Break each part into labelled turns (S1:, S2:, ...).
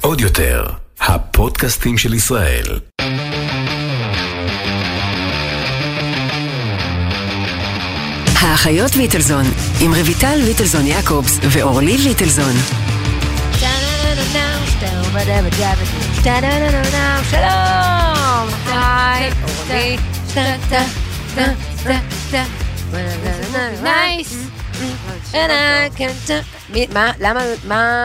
S1: עוד יותר, הפודקאסטים של ישראל.
S2: האחיות ליטלזון, עם רויטל ליטלזון יעקובס ואורלי ליטלזון.
S3: שלום! היי, אורלי. נייס. מה, למה, מה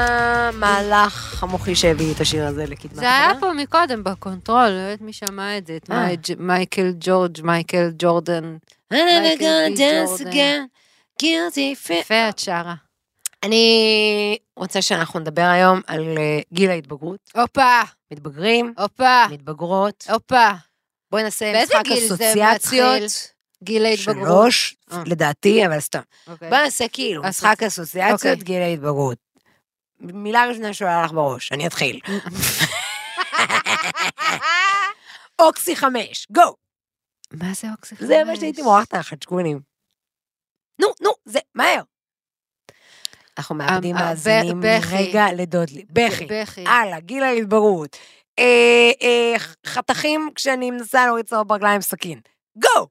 S3: המהלך המוחי שהביא את השיר הזה לקדמת?
S4: זה היה פה מקודם בקונטרול, לא יודעת מי שמע את זה, את
S3: אה.
S4: מייג'- מייקל ג'ורג', מייקל ג'ורדן.
S3: I'm never gonna dance
S4: ג'ורדן.
S3: again, guilty fe-
S4: יפה את שרה.
S3: אני רוצה שאנחנו נדבר היום על אה, גיל ההתבגרות.
S4: הופה,
S3: מתבגרים,
S4: הופה,
S3: מתבגרות.
S4: הופה.
S3: בואי נעשה
S4: באיזה
S3: משחק
S4: גיל זה
S3: אסוציאציות.
S4: גיל ההתבגרות.
S3: שלוש,
S4: אה.
S3: לדעתי, אבל סתם.
S4: אוקיי.
S3: בואי נעשה כאילו,
S4: אוקיי.
S3: משחק אסוציאציות,
S4: אוקיי.
S3: גיל ההתבגרות. מילה ראשונה שעולה לך בראש, אני אתחיל. אוקסי חמש, גו!
S4: מה זה אוקסי חמש?
S3: זה מה שהייתי מורחת על חדשקונים. נו, נו, זה, מהר. אנחנו מאבדים
S4: אה, אה, ב-
S3: מאזינים
S4: בכי.
S3: רגע לדודלי. בכי. אה,
S4: בכי.
S3: הלאה, גיל ההתבגרות. אה, אה, ח- חתכים כשאני מנסה להוריד צהוב ברגליים עם סכין. גו!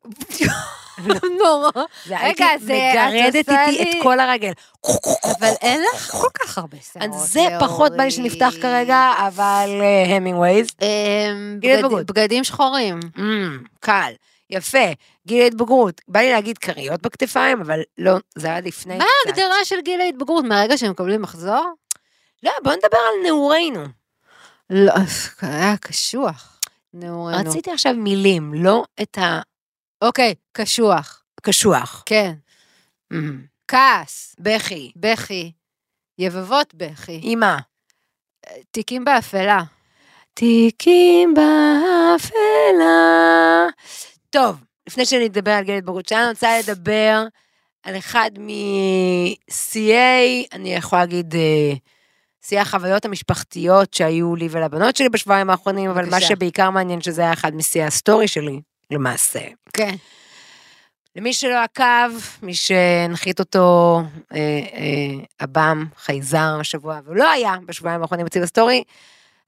S4: נורא.
S3: זה
S4: רגע,
S3: הייתי
S4: זה- את
S3: מגרדת
S4: עושה
S3: איתי
S4: לי-
S3: את כל הרגל.
S4: אבל אין לך כל כך הרבה שערות.
S3: אז זה פחות בא לי שנפתח
S4: לאורי.
S3: כרגע, אבל אה, המינגווייז.
S4: אמ,
S3: גיל
S4: בגד-
S3: ההתבגרות.
S4: בגדים שחורים.
S3: אמ, קל, יפה, גיל ההתבגרות. בא לי להגיד כריות בכתפיים, אבל לא, זה היה לפני
S4: מה
S3: קצת.
S4: ההגדרה של גיל ההתבגרות? מהרגע שהם מקבלים מחזור?
S3: לא, בוא נדבר על נעורינו.
S4: לא, היה קשוח. נעורנו.
S3: רציתי עכשיו מילים, לא את
S4: אוקיי, קשוח.
S3: הקשוח.
S4: כן.
S3: אמ,
S4: כעס,
S3: בכי,
S4: בכי, יבבות בכי,
S3: אמא.
S4: תיקים באפלה.
S3: תיקים באפלה. טוב, לפני שנדבר על גיל ההתבגרות שלנו, אני רוצה לדבר על אחד משיאי, אני יכולה להגיד, אה, שיאי החוויות המשפחתיות שהיו לי ולבנות שלי בשבועיים האחרונים, אבל מה
S4: בבקשה.
S3: שבעיקר מעניין שזה היה אחד משיאי הסטורי שלי, למעשה.
S4: כן.
S3: למי שלא עקב, מי שהנחית אותו, אה, אה, עב"ם, חייזר השבוע, והוא לא היה בשבועיים האחרונים בציב הסטורי,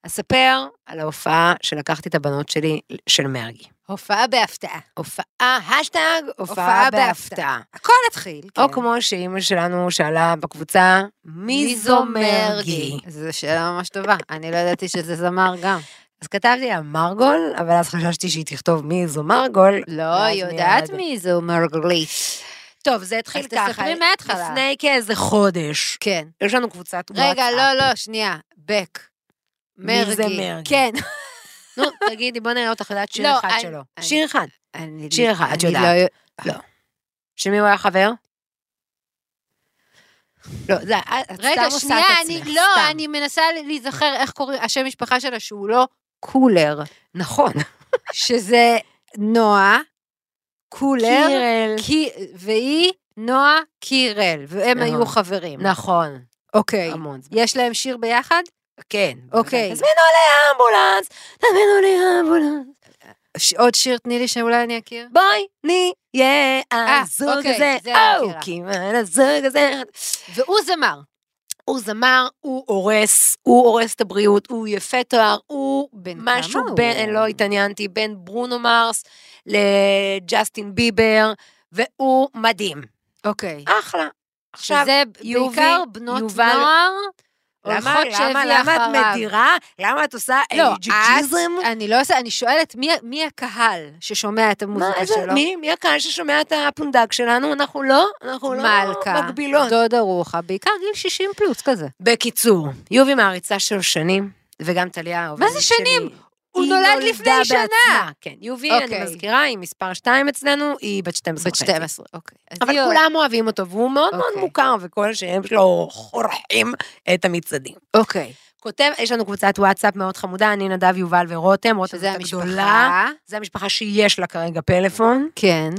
S3: אספר על ההופעה שלקחתי את הבנות שלי, של מרגי.
S4: הופעה בהפתעה.
S3: הופעה, השטג, הופעה
S4: הופעה
S3: בהפתעה.
S4: הכל התחיל. כן.
S3: או כמו שאימא שלנו שאלה בקבוצה, מי זו מרגי?
S4: זו שאלה ממש טובה, אני לא ידעתי שזה זמר גם.
S3: אז כתבתי לה מרגול, אבל אז חששתי שהיא תכתוב מי זו מרגול.
S4: לא
S3: ואז
S4: יודעת
S3: מיד-
S4: מי זו מרגלית.
S3: טוב, זה התחיל
S4: אז
S3: ככה.
S4: תספרי מההתחלה.
S3: לפני כאיזה חודש.
S4: כן.
S3: יש לנו קבוצת וואטסאפ.
S4: רגע, לא, לא, שנייה, בק.
S3: מי
S4: מרגי.
S3: זה מרגי?
S4: כן.
S3: נו, תגידי, בוא נראה אותך יודעת שיר
S4: לא,
S3: אחד
S4: אני-
S3: שלו.
S4: אני-
S3: שיר אחד.
S4: אני-
S3: שיר אחד, את
S4: אני
S3: יודעת.
S4: לא-
S3: שמי הוא היה חבר? לא, זה, את סתם
S4: רגע,
S3: עושה את
S4: שנייה,
S3: עצמך,
S4: אני לא,
S3: סתם.
S4: אני מנסה להיזכר איך קוראים, השם משפחה שלה שהוא לא קולר,
S3: נכון.
S4: שזה נועה קולר,
S3: קירל.
S4: קי- והיא נועה קירל, והם
S3: נכון.
S4: היו חברים.
S3: נכון.
S4: אוקיי.
S3: המון זמן.
S4: יש להם שיר ביחד?
S3: כן.
S4: אוקיי.
S3: בוודאי. תזמינו לי אמבולנס, תזמינו לי אמבולנס.
S4: ש- עוד שיר תני לי שאולי אני אכיר.
S3: בואי נהיה
S4: אה,
S3: הזוג
S4: אוקיי,
S3: הזה.
S4: זה אני
S3: או,
S4: מכירה.
S3: כמעט הזוג הזה.
S4: והוא זמר.
S3: הוא זמר, הוא הורס, הוא הורס את הבריאות, הוא יפה תואר, הוא
S4: בן כמה
S3: משהו
S4: הוא?
S3: בין, לא התעניינתי, בין ברונו מרס לג'סטין ביבר, והוא מדהים.
S4: אוקיי.
S3: אחלה. עכשיו,
S4: שזה
S3: יובי-
S4: בעיקר בנות
S3: יובל-
S4: נוער,
S3: למה,
S4: הולכות
S3: למה,
S4: שהביא
S3: למה את
S4: אחריו.
S3: מדירה? למה את עושה
S4: לא,
S3: אייג'יזם?
S4: את, אני לא עושה, אני שואלת מי, מי הקהל ששומע את
S3: מה,
S4: המוזיקה
S3: איזה,
S4: שלו.
S3: מי, מי הקהל ששומע את הפונדק שלנו? אנחנו לא, אנחנו לא
S4: מלכה,
S3: מגבילות.
S4: דודה רוחה, בעיקר גיל 60 פלוס כזה.
S3: בקיצור, יובי מעריצה שלו שנים, וגם טליה העובדת
S4: זה
S3: שלי.
S4: שנים? הוא
S3: היא
S4: נולד
S3: נולדה
S4: לפני שנה.
S3: בעצמה, כן, יובי, אני
S4: אוקיי.
S3: מזכירה, היא מספר 2 אצלנו, היא בת 12
S4: בת 12, אוקיי. אז
S3: אבל
S4: היא-
S3: כולם אוהבים אותו, והוא מאוד מאוד
S4: אוקיי.
S3: מוכר, וכל השם שלו חורחים את המצעדים.
S4: אוקיי.
S3: כותב, יש לנו קבוצת וואטסאפ מאוד חמודה, אני, נדב, יובל ורותם, רותם
S4: שזה
S3: זאת הגדולה.
S4: המשפחה.
S3: זה המשפחה שיש לה כרגע פלאפון.
S4: כן.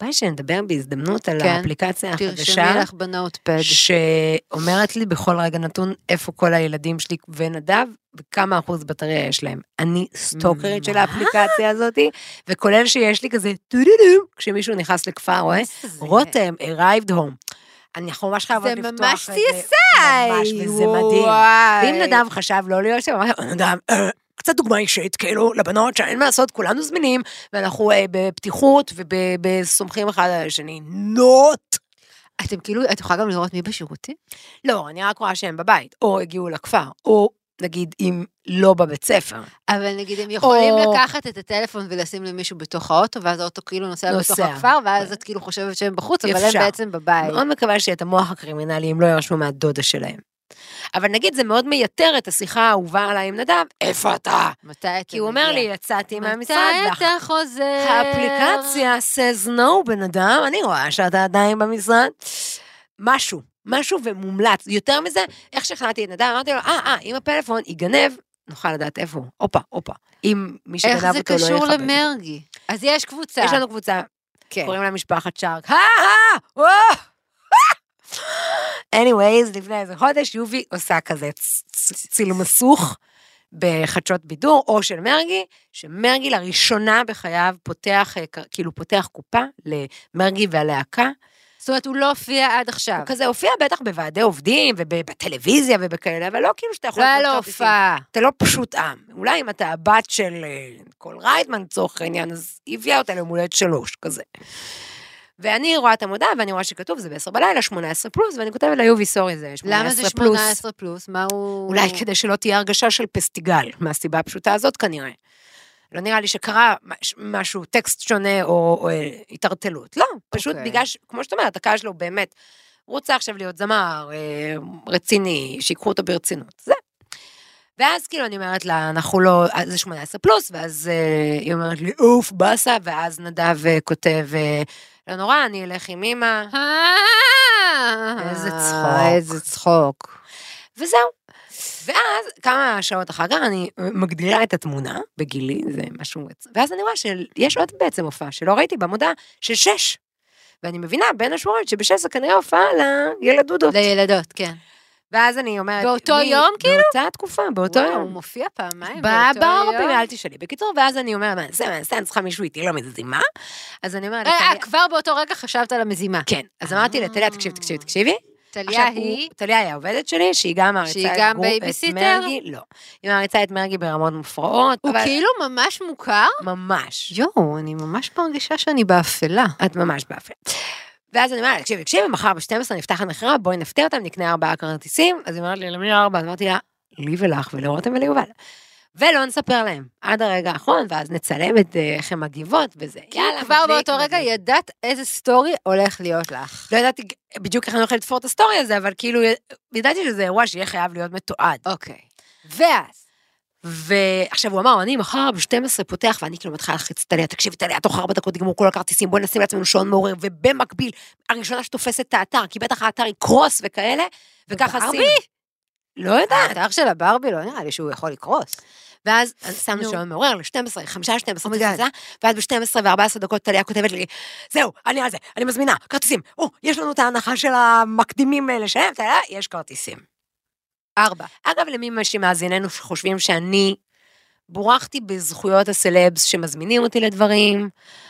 S3: בא לי שנדבר בהזדמנות על
S4: כן.
S3: האפליקציה החדשה,
S4: תרשמי לך בנוטפד.
S3: שאומרת לי בכל רגע נתון איפה כל הילדים שלי ונדב, וכמה אחוז בטריה יש להם. אני סטוקרית של
S4: מה?
S3: האפליקציה הזאת, וכולל שיש לי כזה טו-דו-דו, כשמישהו נכנס לכפר, רואה? רותם arrived home. אנחנו ממש חייבות
S4: זה
S3: לפתוח את זה.
S4: ממש
S3: ממש,
S4: היי,
S3: וזה מדהים.
S4: וואי.
S3: ואם נדב חשב לא להיות שם, הוא אמר, נדב, אה, קצת דוגמה אישית, כאילו, לבנות שאין מה לעשות, כולנו זמינים, ואנחנו אה, בפתיחות ובסומכים אחד על השני. "לא נוט!
S4: אתם כאילו, את יכולה גם לראות מי בשירותים?
S3: לא, אני רק רואה שהם בבית, או הגיעו לכפר, או נגיד אם לא בבית ספר.
S4: אבל נגיד הם יכולים
S3: או-
S4: לקחת את הטלפון ולשים למישהו בתוך האוטו, ואז האוטו כאילו נוסע
S3: נוסע. כן.
S4: בתוך הכפר, ואז את כאילו חושבת שהם בחוץ, אבל הם
S3: אפשר.
S4: בעצם בבית.
S3: מאוד מקווה שאת המוח הקרימינלי הם לא ירשמו מהדודה שלהם. אבל נגיד זה מאוד מייתר את השיחה האהובה עליי עם נדב, איפה אתה?
S4: מתי אתה כן, מגיע?
S3: כי הוא אומר לי, יצאתי מהמשרד,
S4: מתי
S3: ואח-
S4: אתה חוזר?
S3: האפליקציה says no, בן אדם, אני רואה שאתה עדיין במשרד. משהו, משהו ומומלץ. יותר מזה, איך שכנעתי את נדב, אמרתי לו, אה, אה, אם הפלאפון ייגנב, נוכל לדעת איפה הוא. הופה, הופה. אם מי שגנב אותו
S4: איך
S3: לא
S4: זה קשור
S3: יכבד.
S4: למרגי? אז יש קבוצה.
S3: יש לנו קבוצה,
S4: כן.
S3: קוראים לה משפחת שרק. הא, הא, וואו, הא. anyways, לפני איזה חודש יובי עושה כזה צ- צ- צילמסוך בחדשות בידור, או של מרגי, שמרגי לראשונה בחייו פותח, אה, כ- כאילו פותח קופה למרגי והלהקה.
S4: זאת אומרת, הוא לא הופיע עד עכשיו.
S3: הוא כזה הופיע בטח בוועדי עובדים ובטלוויזיה ובכאלה, אבל לא כאילו שאתה יכול...
S4: לא היה לו
S3: לקנות כרטיסים.
S4: הופעה.
S3: אתה לא פשוט עם. אולי אם אתה הבת של אה, קול רייטמן לצורך העניין, אז היא הביאה אותה ליום הולדת שלוש, כזה. ואני רואה את המודעה, ואני רואה שכתוב, זה ב-10 בלילה, 18 פלוס, ואני כותבת לה, יובי, סורי, זה 18
S4: למה זה
S3: פלוס.
S4: 18 פלוס? מה הוא...
S3: אולי כדי שלא תהיה הרגשה של פסטיגל, מהסיבה הפשוטה הזאת כנראה. לא נראה לי שקרה מש- משהו, טקסט שונה או, או אה, התערטלות. לא, פשוט
S4: אוקיי.
S3: בגלל, ש- כמו שאת אומרת, הקהל שלו באמת רוצה עכשיו להיות זמר אה, רציני, שיקחו אותו ברצינות. זה. ואז כאילו אני אומרת לה, אנחנו לא, אה, זה 18 פלוס, ואז אה, היא אומרת לי, אוף, באסה, ואז נדב אה, כותב, אה, לא נורא, אני אלך עם אמא,
S4: אה,
S3: איזה צחוק.
S4: איזה צחוק.
S3: וזהו. ואז, כמה שעות אחר כך, אני מגדילה את התמונה, בגילי, זה משהו... מצ- ואז אני רואה שיש עוד בעצם הופעה שלא ראיתי במודעה, של שש. ואני מבינה בין השורות שבשש זה כנראה הופעה לילד דודות.
S4: לילדות, כן.
S3: ואז אני אומרת...
S4: באותו
S3: מי-
S4: יום, כאילו?
S3: באותה תקופה, באותו
S4: וואו,
S3: יום.
S4: הוא מופיע פעמיים באותו
S3: בברבים,
S4: יום.
S3: אל תשאלי. בקיצור, ואז אני אומרת, מה זה, מה זה, אני צריכה מישהו איתי למזימה? אז אני אומרת,
S4: אה,
S3: לטליה-
S4: כבר באותו רגע חשבת על המזימה.
S3: כן. אז אמרתי לטליה, תקשיבי, תקשיבי, תקשיבי,
S4: טליה
S3: עכשיו, הוא-
S4: היא...
S3: טליה היא העובדת שלי, שהיא גם מעריצה
S4: שהיא
S3: את
S4: גם
S3: גור- את
S4: בייביסיטר?
S3: מרגי, לא. היא מעריצה את מרגי ברמות מופרעות,
S4: הוא
S3: אבל
S4: כאילו ממש מוכר?
S3: ממש.
S4: יואו, אני ממש מרגישה שאני באפלה.
S3: את ממש באפל. ואז אני אומרת, תקשיבי, תקשיבי, מחר ב-12 נפתחת מכירה, בואי נפתיע אותם, נקנה ארבעה כרטיסים. אז היא אומרת לי, למי ארבע? אז אמרתי לה, לי ולך ולרותם וליובל. ולא נספר להם, עד הרגע האחרון, ואז נצלם את אה, איך הן מגיבות וזה. יאללה,
S4: יאללה, כבר
S3: מדליק,
S4: באותו רגע
S3: מדליק.
S4: ידעת איזה סטורי הולך להיות לך.
S3: לא ידעתי בדיוק איך אני הולכת לתפור את הסטורי הזה, אבל כאילו, ידעתי שזה אירוע שיהיה חייב להיות מתועד.
S4: אוקיי. ואז,
S3: ועכשיו הוא אמר, אני מחר ב-12 פותח, ואני כאילו מתחילה להלחיץ את טליה, תקשיבי טליה, תוך ארבע דקות נגמרו כל הכרטיסים, בואי נשים לעצמנו שעון מעורר, ובמקביל, הראשונה שתופסת את האתר, כי בטח האתר יקרוס וכאלה, וככה
S4: וברבי?
S3: עשינו. לא יודעת.
S4: האתר של הברבי לא נראה לי שהוא יכול לקרוס.
S3: ואז שמנו
S4: נו. Oh
S3: שעון מעורר ל-12, 5, 12,
S4: אומייגאד.
S3: תפסה, ואז ב-12 ו-14 דקות טליה כותבת לי, זהו, אני על זה, אני מזמינה, כרטיסים, או, יש לנו את ההנחה של המקדימים אה, לשלם, טליה, יש כרטיסים.
S4: ארבע.
S3: אגב, למי מה שמאזיננו שחושבים שאני בורחתי בזכויות הסלבס שמזמינים אותי לדברים,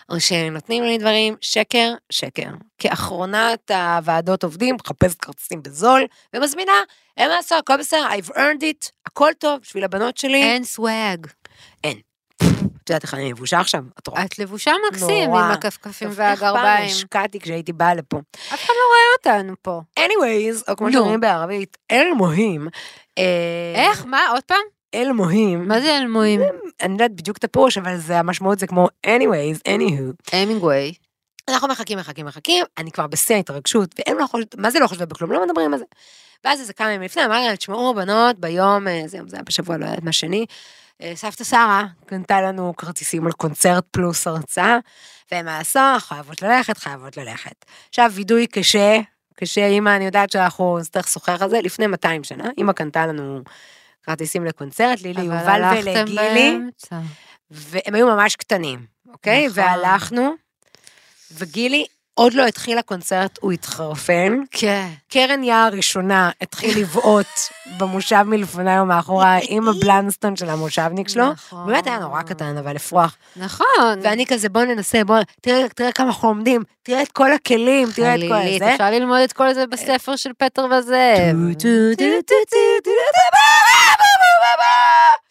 S3: או שנותנים לי דברים, שקר, שקר. כאחרונת הוועדות עובדים, מחפשת כרטיסים בזול, ומזמינה, אין מה לעשות, הכל בסדר, I've earned it, הכל טוב, בשביל הבנות שלי.
S4: אין סוואג.
S3: את יודעת איך אני מבושה עכשיו? את רואה?
S4: את לבושה מקסים
S3: נורא.
S4: עם הכפכפים
S3: טוב, איך פעם
S4: והגרביים.
S3: השקעתי כשהייתי באה לפה.
S4: אף אחד לא רואה אותנו פה.
S3: anyways, או כמו
S4: נו.
S3: שאומרים בערבית, אל מוהים. אה,
S4: איך? מה? עוד פעם?
S3: אל מוהים.
S4: מה זה אלמואים?
S3: אני לא יודעת בדיוק את הפירוש, אבל זה, המשמעות זה כמו anyways, anywho.
S4: המינגווי.
S3: אנחנו מחכים, מחכים, מחכים, אני כבר בשיא ההתרגשות, והם לא חושבים, מה זה לא חושבים בכלום? לא מדברים על זה. ואז איזה כמה ימים לפני, אמרתי להם, תשמעו, בנות, ביום, אה, זה, זה היה בשבוע, לא יודעת מה שני, אה, סבתא שרה קנתה לנו כרטיסים על קונצרט פלוס הרצאה, והם עשו, חייבות ללכת, חייבות ללכת. עכשיו, וידוי קשה, קשה, אימא, אני יודעת שאנחנו נצטרך לשוחח על זה, לפני 200 שנה, אימא קנתה לנו כרטיסים לקונצרט, לי, ליובל ולגילי. והם היו ממש קטנים, אוקיי?
S4: נכון.
S3: והלכנו, וגילי עוד לא התחיל הקונצרט, הוא התחרפן.
S4: כן.
S3: קרן יער הראשונה התחיל לבעוט במושב מלפניי ומאחוריי עם הבלנסטון של המושבניק שלו.
S4: נכון.
S3: באמת היה נורא קטן, אבל לפרוח.
S4: נכון.
S3: ואני כזה, בוא ננסה, בוא, תראה, תראה כמה אנחנו לומדים, תראה את כל הכלים, תראה את כל
S4: חלילית,
S3: הזה.
S4: אפשר ללמוד את כל זה בספר של פטר וזאב.
S3: טו, טו, טו, טו, טו, טו, טו, בוא, בוא, בוא, בוא,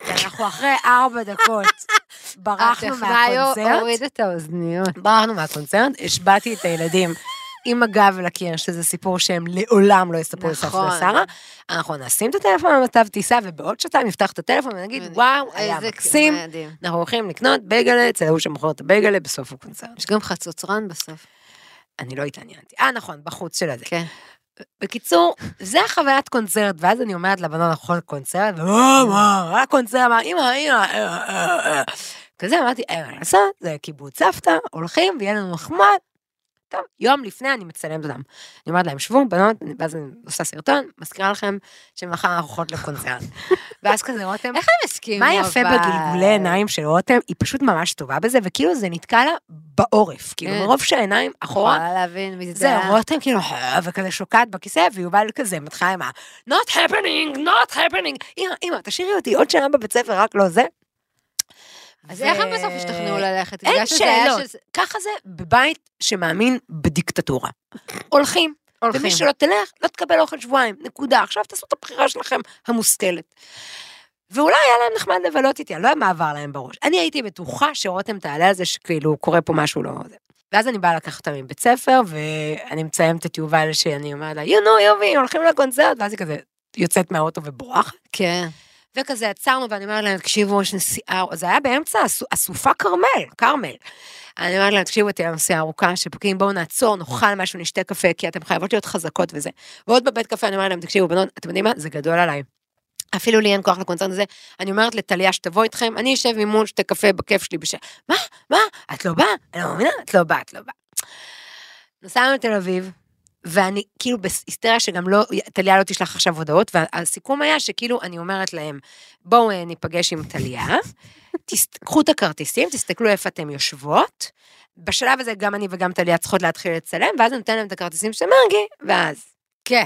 S3: בוא. אנחנו אחרי ארבע דקות ברחנו
S4: הטכנאי
S3: מהקונצרט.
S4: הוריד את האוזניות.
S3: ברחנו מהקונצרט, השבעתי את הילדים עם הגב לקיר, שזה סיפור שהם לעולם לא יספרו לסבתא
S4: נכון.
S3: ושרה. אנחנו נשים את הטלפון במצב טיסה, ובעוד שעתיים נפתח את הטלפון ונגיד, וואו, היה
S4: איזה כן.
S3: מקסים.
S4: מדהים.
S3: אנחנו הולכים לקנות בייגלה אצל ההוא שמוכר את הבייגלה בסוף הקונצרט.
S4: יש גם חצוצרן בסוף.
S3: אני לא התעניינתי. אה, נכון, בחוץ של הזה.
S4: כן.
S3: בקיצור, זה החוויית קונצרט, ואז אני אומרת לבנות, אנחנו הולכים לקונצרט, ומה, מה, רק קונצרט, אמר, אמא, אמא, אה, אה, אה." כזה, אמרתי, אין מה לעשות, זה קיבוץ סבתא, הולכים, ויהיה לנו מחמד. טוב, יום לפני אני מצלמת אותם. אני אומרת להם, שבו, בנות, ואז אני עושה סרטון, מזכירה לכם שמחר אנחנו הולכות לקונצרט. ואז כזה, רותם,
S4: איך הם הסכימו?
S3: מה יפה אה?
S4: אבל?
S3: בגלגולי עיניים של רותם? היא פשוט ממש טובה בזה, וכאילו זה נתקע לה בעורף. כאילו,
S4: כן.
S3: מרוב שהעיניים אחורה,
S4: יכולה להבין מי זה.
S3: זהו, רותם כאילו, וכזה שוקעת בכיסא, ויובל כזה מתחילה עם ה- not happening, not happening, אמא, אמא, תשאירי אותי עוד שנה בבית ספר, רק לא זה.
S4: אז
S3: ו-
S4: איך הם בסוף השתכנעו ללכת?
S3: אין
S4: בגלל שזה היה
S3: שאלות.
S4: שזה-
S3: ככה זה בבית שמאמין בדיקטטורה. הולכים, ומי
S4: הולכים.
S3: שלא תלך, לא תקבל אוכל שבועיים, נקודה. עכשיו תעשו את הבחירה שלכם המושכלת. ואולי היה להם נחמד לבלות איתי, אני לא יודעת מה עבר להם בראש. אני הייתי בטוחה שרותם תעלה על זה שכאילו קורה פה משהו לא... זה. ואז אני באה לקחת אותה מבית ספר, ואני מציימת את יובל שאני אומרת לה, you know, יובי, הולכים לקונצרט, ואז היא כזה יוצאת מהאוטו ובורחת.
S4: כן.
S3: וכזה עצרנו, ואני אומרת להם, תקשיבו, יש נסיעה, זה היה באמצע הסו- הסופה כרמל, כרמל. אני אומרת להם, תקשיבו, תהיה נסיעה ארוכה, שפקיעים, בואו נעצור, נאכל משהו, נשתה קפה, כי אתם חייבות להיות חזקות וזה. ועוד בבית קפה אני אומרת להם, תקשיבו, בנות, אתם יודעים מה? זה גדול עליי. אפילו לי אין כוח לקונצרט הזה, אני אומרת לטליה שתבוא איתכם, אני אשב ממול, שתה קפה בכיף שלי בשל... מה? מה? את לא באה? אני לא מאמינה, את לא באה, את לא באה. נסענו לתל אביב, ואני כאילו בהיסטריה שגם לא, טליה לא תשלח עכשיו הודעות, והסיכום היה שכאילו אני אומרת להם, בואו אה, ניפגש עם טליה, תס- קחו את הכרטיסים, תסתכלו איפה אתן יושבות. בשלב הזה גם אני וגם טליה צריכות להתחיל לצלם, ואז אני נותן להם את הכרטיסים של מרגי, ואז.
S4: כן.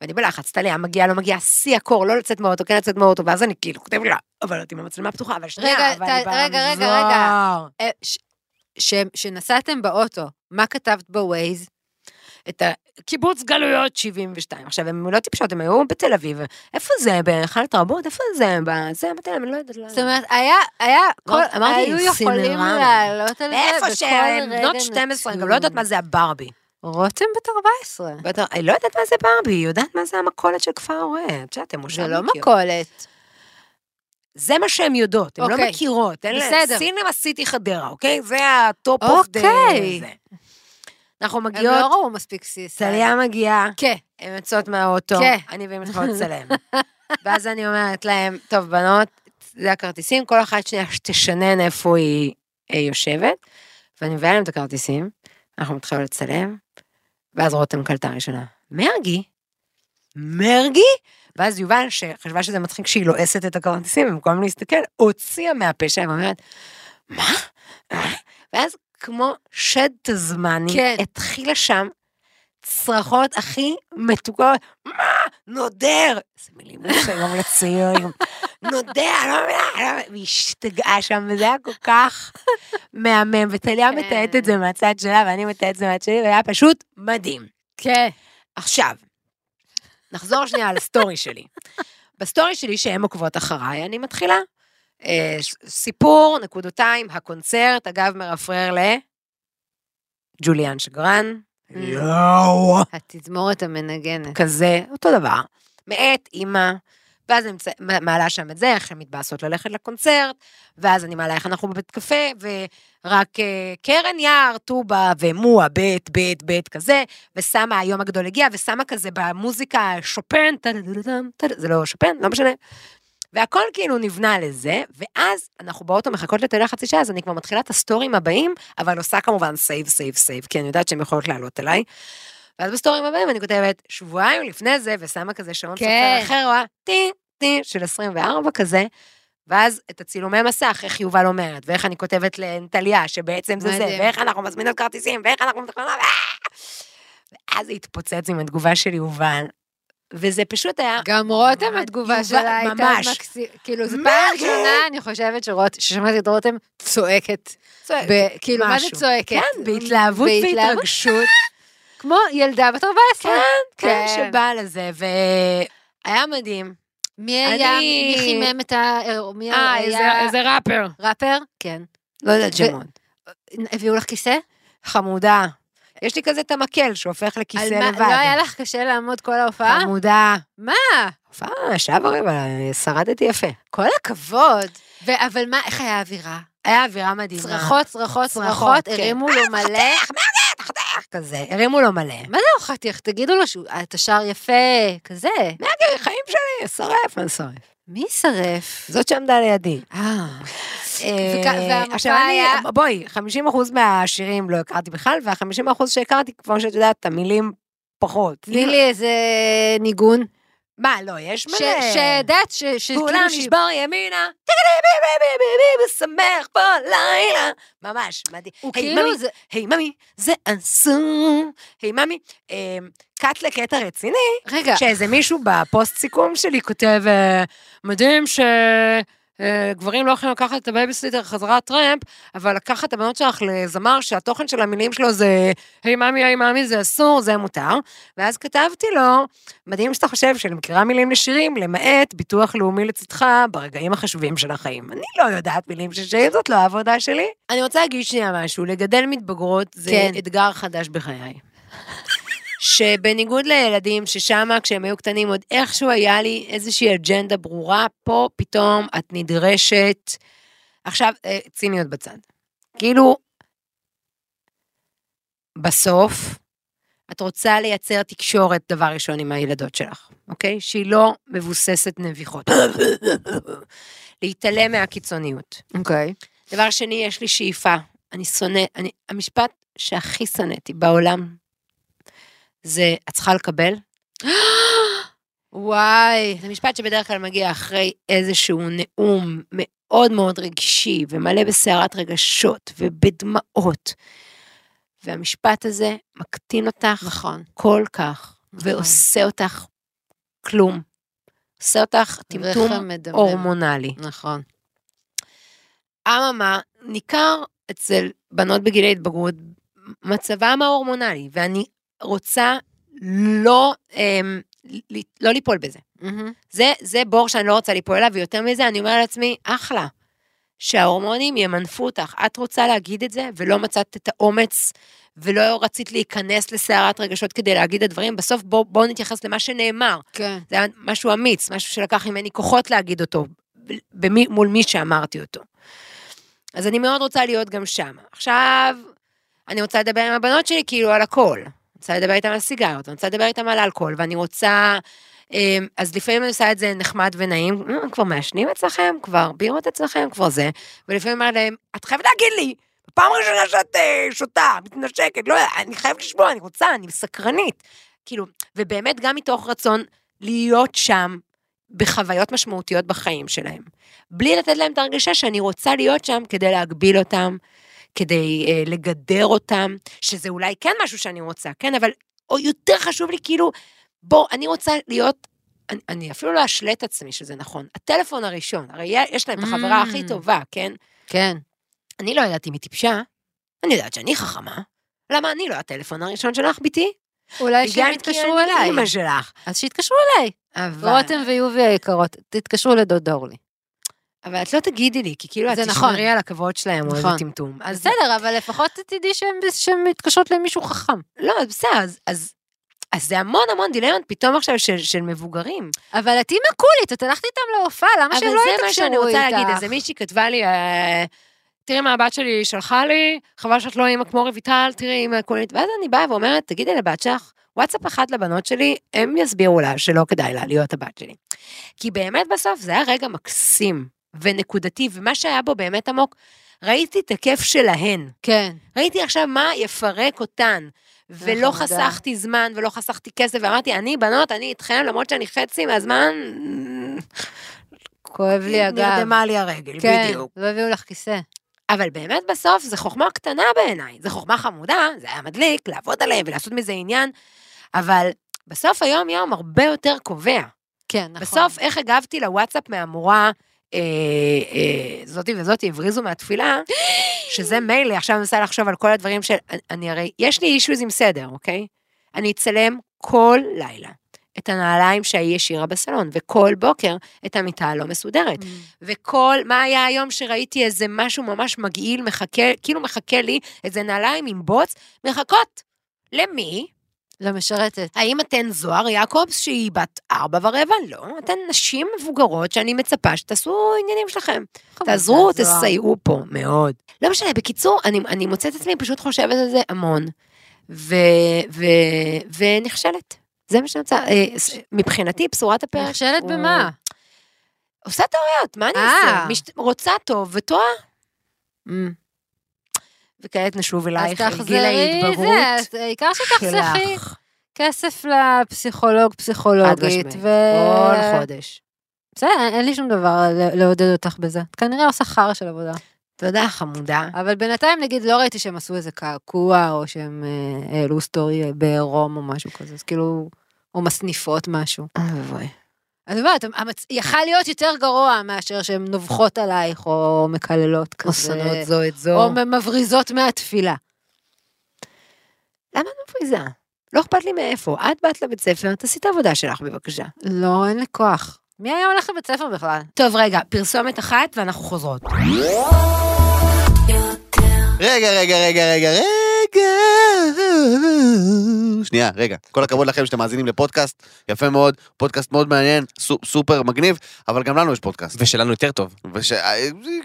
S3: ואני בלחץ, טליה, מגיעה, לא מגיעה, שיא הקור, לא לצאת מהאוטו, כן לצאת מהאוטו, ואז אני כאילו כותב לה, אבל את עם המצלמה פתוחה, אבל שנייה,
S4: רגע,
S3: אבל
S4: ת-
S3: היא
S4: רגע, רגע,
S3: ברמזור."
S4: רגע. אה, ש- ש- שנסעתם באוטו, מה כתבת בווייז?
S3: את הקיבוץ גלויות 72. עכשיו, הם לא טיפשות, הם היו בתל אביב. איפה זה? בהיכל התרבות? איפה זה? ב- זה בתל אביב, אני לא יודעת. לא
S4: זאת
S3: יודעת.
S4: אומרת, היה, היה, כל-
S3: לא, אמרתי,
S4: היו יכולים
S3: סינרמה.
S4: לעלות על זה
S3: איפה
S4: בכל
S3: שהן
S4: רגע
S3: בנות 12, הן גם לא יודעות מה זה הברבי.
S4: רותם בת 14.
S3: ואתה- היא לא יודעת מה זה ברבי, היא יודעת מה זה המכולת של כפר הורה. את יודעת, הם
S4: זה לא
S3: מושבניקיות.
S4: מכולת.
S3: זה מה שהן יודעות, הן לא
S4: אוקיי.
S3: מכירות. אין להן-
S4: בסדר.
S3: סינמה סיטי חדרה, אוקיי? זה הטופ אוף דה...
S4: אוקיי.
S3: אנחנו
S4: הם לא
S3: מגיעות,
S4: ראו מספיק סיס.
S3: טליה מגיעה,
S4: כן.
S3: הן יוצאות מהאוטו,
S4: כן.
S3: אני והן מתחילות לצלם. ואז אני אומרת להם, טוב, בנות, זה הכרטיסים, כל אחת שנייה שתשנן איפה היא אה, יושבת, ואני מביאה להם את הכרטיסים, אנחנו מתחילות לצלם, ואז רותם קלטה ראשונה, מרגי? מרגי? ואז יובל, שחשבה שזה מצחיק שהיא לועסת את הכרטיסים, במקום להסתכל, הוציאה מהפה שלה ואומרת, מה? ואז כמו שד תזמני,
S4: כן.
S3: התחילה שם צרחות הכי מתוקות, מה? נודר! איזה מילים יש היום לצעירים. נודר, לא מבינה, לא- והיא השתגעה שם, וזה היה כל כך מהמם, וטליה
S4: כן.
S3: מתעדת את זה מהצד שלה, ואני מתעדת את זה מהצד שלי, והיה פשוט מדהים.
S4: כן.
S3: עכשיו, נחזור שנייה על הסטורי שלי. בסטורי שלי שהן עוקבות אחריי, אני מתחילה. אה, ס- סיפור, נקודותיים, הקונצרט, אגב, מרפרר לג'וליאן שגרן. יואו.
S4: התזמורת המנגנת.
S3: כזה, אותו דבר. מאת אימא, ואז אני מצ- מ- מעלה שם את זה, איך שהן מתבאסות ללכת לקונצרט, ואז אני מעלה איך אנחנו בבית קפה, ורק אה, קרן יער, טובה ומועה, בית, בית, בית כזה, ושמה, היום הגדול הגיע, ושמה כזה במוזיקה שופן, טה-דה-דה-דם, טה-דה, זה לא שופן, לא משנה. והכל כאילו נבנה לזה, ואז אנחנו באוטו מחכות לתל חצי שעה, אז אני כבר מתחילה את הסטורים הבאים, אבל עושה כמובן סייב, סייב, סייב, כי אני יודעת שהן יכולות לעלות עליי. ואז בסטורים הבאים אני כותבת, שבועיים לפני זה, ושמה כזה שעון
S4: כן.
S3: סופר אחר, רואה, טי, טי, של 24 כזה, ואז את הצילומי מסך, איך יובל אומרת, ואיך אני כותבת לנטליה, שבעצם זה זה,
S4: מדהים.
S3: ואיך אנחנו מזמינות כרטיסים, ואיך אנחנו מתכוונות, ואז זה התפוצץ עם התגובה של יובל, וזה פשוט היה...
S4: גם רותם,
S3: מה-
S4: התגובה
S3: יובל,
S4: שלה הייתה
S3: ממש.
S4: מקסימה. כאילו, זו
S3: מה?
S4: פעם ראשונה, אני חושבת שרות- ששמעתי את רותם צועקת.
S3: צועק.
S4: ב- כאילו, מה זה
S3: משהו.
S4: צועקת?
S3: כן, בהתלהבות והתרגשות.
S4: כמו ילדה בת 14.
S3: כן,
S4: כן.
S3: שבא לזה, והיה מדהים.
S4: מי היה,
S3: אני-
S4: מי חימם את ה... מי
S3: אה,
S4: היה...
S3: איזה ראפר.
S4: ראפר? כן.
S3: לא יודעת שמות.
S4: הביאו לך כיסא?
S3: חמודה. יש לי כזה את המקל שהופך לכיסא
S4: על מה-
S3: לבד.
S4: לא היה לך קשה לעמוד כל ההופעה?
S3: חמודה.
S4: מה?
S3: הופעה, שעה ורבע, שרדתי יפה.
S4: כל הכבוד. ו- אבל מה, איך היה האווירה?
S3: היה אווירה מדהימה.
S4: צרחות, צרחות, צרחות,
S3: צרחות, כן.
S4: הרימו לו מלא.
S3: צרחות כזה, הרימו לו מלא.
S4: מה זה חתיך? תגידו לו שהוא- אתה שר יפה, כזה.
S3: נגד, חיים שלי, שרף, אני שרף.
S4: מי שרף?
S3: זאת שעמדה לידי.
S4: אה.
S3: אה,
S4: והמופע
S3: עכשיו אני,
S4: היה-
S3: בואי, 50% מהשירים לא הכרתי בכלל, וה-50% שהכרתי, כמו שאת יודעת, את המילים פחות.
S4: תני לי איזה ניגון.
S3: מה, לא, יש מלא.
S4: שיודעת ש... ש-
S3: כולם
S4: כאילו ש-
S3: נשבר ימינה, תגלי בי בי בי בי בי ושמח כל לילה. ממש, מדהים.
S4: הוא
S3: היי,
S4: כאילו
S3: ממי,
S4: זה...
S3: היי ממי, זה אסור. היי ממי, אה, קאט לקטע רציני,
S4: רגע,
S3: שאיזה מישהו בפוסט סיכום שלי כותב, אה, מדהים ש... אה, גברים לא יכולים לקחת את הבייביסיטר חזרה טרמפ, אבל לקחת את הבנות שלך לזמר שהתוכן של המילים שלו זה היי מאמי, היי מאמי, זה אסור, זה מותר. ואז כתבתי לו, מדהים שאתה חושב שאני מכירה מילים לשירים, למעט ביטוח לאומי לצדך ברגעים החשובים של החיים. אני לא יודעת מילים של שירים, זאת לא העבודה שלי. אני רוצה להגיד שנייה משהו, לגדל מתבגרות זה
S4: כן.
S3: אתגר חדש בחיי. שבניגוד לילדים, ששם כשהם היו קטנים עוד איכשהו היה לי איזושהי אג'נדה ברורה, פה פתאום את נדרשת, עכשיו אה, ציניות בצד. כאילו, בסוף, את רוצה לייצר תקשורת דבר ראשון עם הילדות שלך, אוקיי? שהיא לא מבוססת נביחות. להתעלם מהקיצוניות.
S4: אוקיי.
S3: דבר שני, יש לי שאיפה. אני שונא, אני, המשפט שהכי שנאתי בעולם זה, את צריכה לקבל.
S4: וואי.
S3: זה משפט שבדרך כלל מגיע אחרי איזשהו נאום מאוד מאוד רגשי ומלא בסערת רגשות ובדמעות. והמשפט הזה מקטין אותך
S4: נכון.
S3: כל כך,
S4: נכון.
S3: ועושה אותך כלום. עושה אותך טמטום
S4: רחם מדמם.
S3: הורמונלי.
S4: נכון.
S3: אממה, ניכר אצל בנות בגילי התבגרות מצבם ההורמונלי, ואני רוצה לא, אמ, ל- לא ליפול בזה.
S4: מהמם.
S3: זה, זה בור שאני לא רוצה ליפול אליו, ויותר מזה, אני אומרת לעצמי, אחלה, שההורמונים ימנפו אותך. את רוצה להגיד את זה, ולא מצאת את האומץ, ולא רצית להיכנס לסערת רגשות כדי להגיד את הדברים, בסוף בואו בוא נתייחס למה שנאמר.
S4: כן.
S3: זה היה משהו אמיץ, משהו שלקח ממני כוחות להגיד אותו, ב- במי, מול מי שאמרתי אותו. אז אני מאוד רוצה להיות גם שם. עכשיו, אני רוצה לדבר עם הבנות שלי כאילו על הכל. אני רוצה לדבר איתן על סיגריות, אני רוצה לדבר איתן על אלכוהול, ואני רוצה... אמ, אז לפעמים אני עושה את זה נחמד ונעים, "אה, כבר מעשנים אצלכם, כבר בירות אצלכם, כבר זה, ולפעמים אומר להם, את חייבת להגיד לי, פעם ראשונה שאת אה, שותה, מתנשקת, לא, יודע, אני חייבת לשמוע, אני רוצה, אני סקרנית. כאילו, ובאמת גם מתוך רצון להיות שם בחוויות משמעותיות בחיים שלהם. בלי לתת להם את הרגשה שאני רוצה להיות שם כדי להגביל אותם, כדי אה, לגדר אותם, שזה אולי כן משהו שאני רוצה, כן? אבל או יותר חשוב לי כאילו, בוא, אני רוצה להיות, אני, אני אפילו לא אשלה את עצמי שזה נכון. הטלפון הראשון, הרי יש להם את החברה הכי
S4: Mm.
S3: טובה, כן?
S4: כן.
S3: אני לא ידעתי אם היא טיפשה, אני יודעת שאני חכמה. למה אני לא הטלפון הראשון שלך, ביתי?
S4: אולי שהם
S3: גם כי
S4: יתקשרו
S3: אני
S4: אליי.
S3: אימא שלך.
S4: אז שיתקשרו אליי.
S3: אבל...
S4: רותם ויובי היקרות, תתקשרו לדודה אורלי.
S3: אבל את לא תגידי לי, כי כאילו את
S4: זה נכון.
S3: תשמרי על הכבוד שלהם או איזה
S4: נכון.
S3: טמטום. אז זה
S4: בסדר, אבל לפחות תדעי שהן- שהן מתקשרות למישהו חכם.
S3: לא, אז בסדר, אז, אז, אז זה המון המון דילמות פתאום עכשיו של, של מבוגרים.
S4: אבל את אימא קולית, את הלכת איתם להופעה, למה
S3: אבל
S4: שהם לא יתקשרו
S3: זה
S4: איתך?
S3: מה שאני רוצה להגיד, איזה מישהי כתבה לי, אה, תראי מה הבת שלי שלחה לי, חבל שאת לא אימא כמו רויטל, תראי אימא כולית. ואז אני באה ואומרת, תגידי לבת שלך, וואטסאפ אחת לבנות שלי, הם יסבירו לה שלא כדאי לה להיות הבת שלי. כי באמת בסוף זה היה רגע מקסים ונקודתי, ומה שהיה בו באמת עמוק, ראיתי את הכיף שלהן.
S4: כן.
S3: ראיתי עכשיו מה יפרק אותן. ולא
S4: אנחנו נדע.
S3: חסכתי זמן, ולא חסכתי כסף, ואמרתי, אני, בנות, אני איתכם, למרות שאני חצי מהזמן...
S4: כואב לי הגב.
S3: נרדמה לי הרגל,
S4: כן,
S3: בדיוק.
S4: לא הביאו לך כיסא.
S3: אבל באמת בסוף זו חוכמה קטנה בעיניי, זו חוכמה חמודה, זה היה מדליק, לעבוד עליהם ולעשות מזה עניין, אבל בסוף היום-יום הרבה יותר קובע.
S4: כן, נכון.
S3: בסוף, איך הגבתי לוואטסאפ מהמורה, אה, אה, זאתי וזאתי הבריזו מהתפילה, שזה מילא, עכשיו אני מנסה לחשוב על כל הדברים של... אני- אני הרי, יש לי אישוז עם סדר, אוקיי? אני אצלם כל לילה את הנעליים שהיא השאירה בסלון, וכל בוקר את המיטה הלא מסודרת.
S4: Mm.
S3: וכל, מה היה היום שראיתי איזה משהו ממש מגעיל, מחכה, כאילו מחכה לי, איזה נעליים עם בוץ, מחכות. למי?
S4: למשרתת.
S3: האם אתן זוהר יעקובס, שהיא בת ארבע ורבע? לא. אתן נשים מבוגרות שאני מצפה שתעשו עניינים שלכם. תעזרו,
S4: חמודה, זוהר.
S3: תסייעו פה, מאוד. לא משנה, בקיצור, אני, אני מוצאת את עצמי פשוט חושבת על זה המון, ו, ו, ונכשלת. זה מה שאני רוצה, אה, ס- מבחינתי, בשורת הפרק.
S4: נכשלת
S3: הוא-
S4: במה?
S3: עושה טעויות, מה אני
S4: אה.
S3: אעשה? מש- רוצה טוב וטועה.
S4: Mm.
S3: וכעת נשוב
S4: אז
S3: אלייך, אל גיל
S4: תחזרי
S3: ההתבהרות
S4: זה, אז העיקר שתחסכי
S3: שלך.
S4: כסף לפסיכולוג, פסיכולוגית.
S3: משמעית.
S4: ו... נכון.
S3: כל חודש.
S4: בסדר, אין- אין לי שום דבר ל- לעודד אותך בזה. את כנראה עושה חרא של עבודה.
S3: תודה, חמודה.
S4: אבל בינתיים, נגיד, לא ראיתי שהם עשו איזה קעקוע, או שהם אה, העלו סטורי אה, בעירום או משהו כזה, אז כאילו... או מסניפות משהו.
S3: אוי ואבוי.
S4: אז אני אומרת, המצ- יכל להיות יותר גרוע מאשר שהן נובחות עלייך, או מקללות
S3: או
S4: כזה.
S3: שונאות זו את זו.
S4: או מבריזות מהתפילה.
S3: למה את מפריזה? לא אכפת לי מאיפה. את באת לבית ספר, תעשי את העבודה שלך בבקשה.
S4: לא, אין לי כוח. מי היה הולך לבית ספר בכלל?
S3: טוב, רגע, פרסומת אחת ואנחנו חוזרות.
S5: רגע, רגע, רגע, רגע, רגע. שנייה, רגע. כל הכבוד לכם שאתם מאזינים לפודקאסט, יפה מאוד, פודקאסט מאוד מעניין, סו- סופר מגניב, אבל גם לנו יש פודקאסט.
S6: ושלנו יותר טוב.
S5: וש... אה,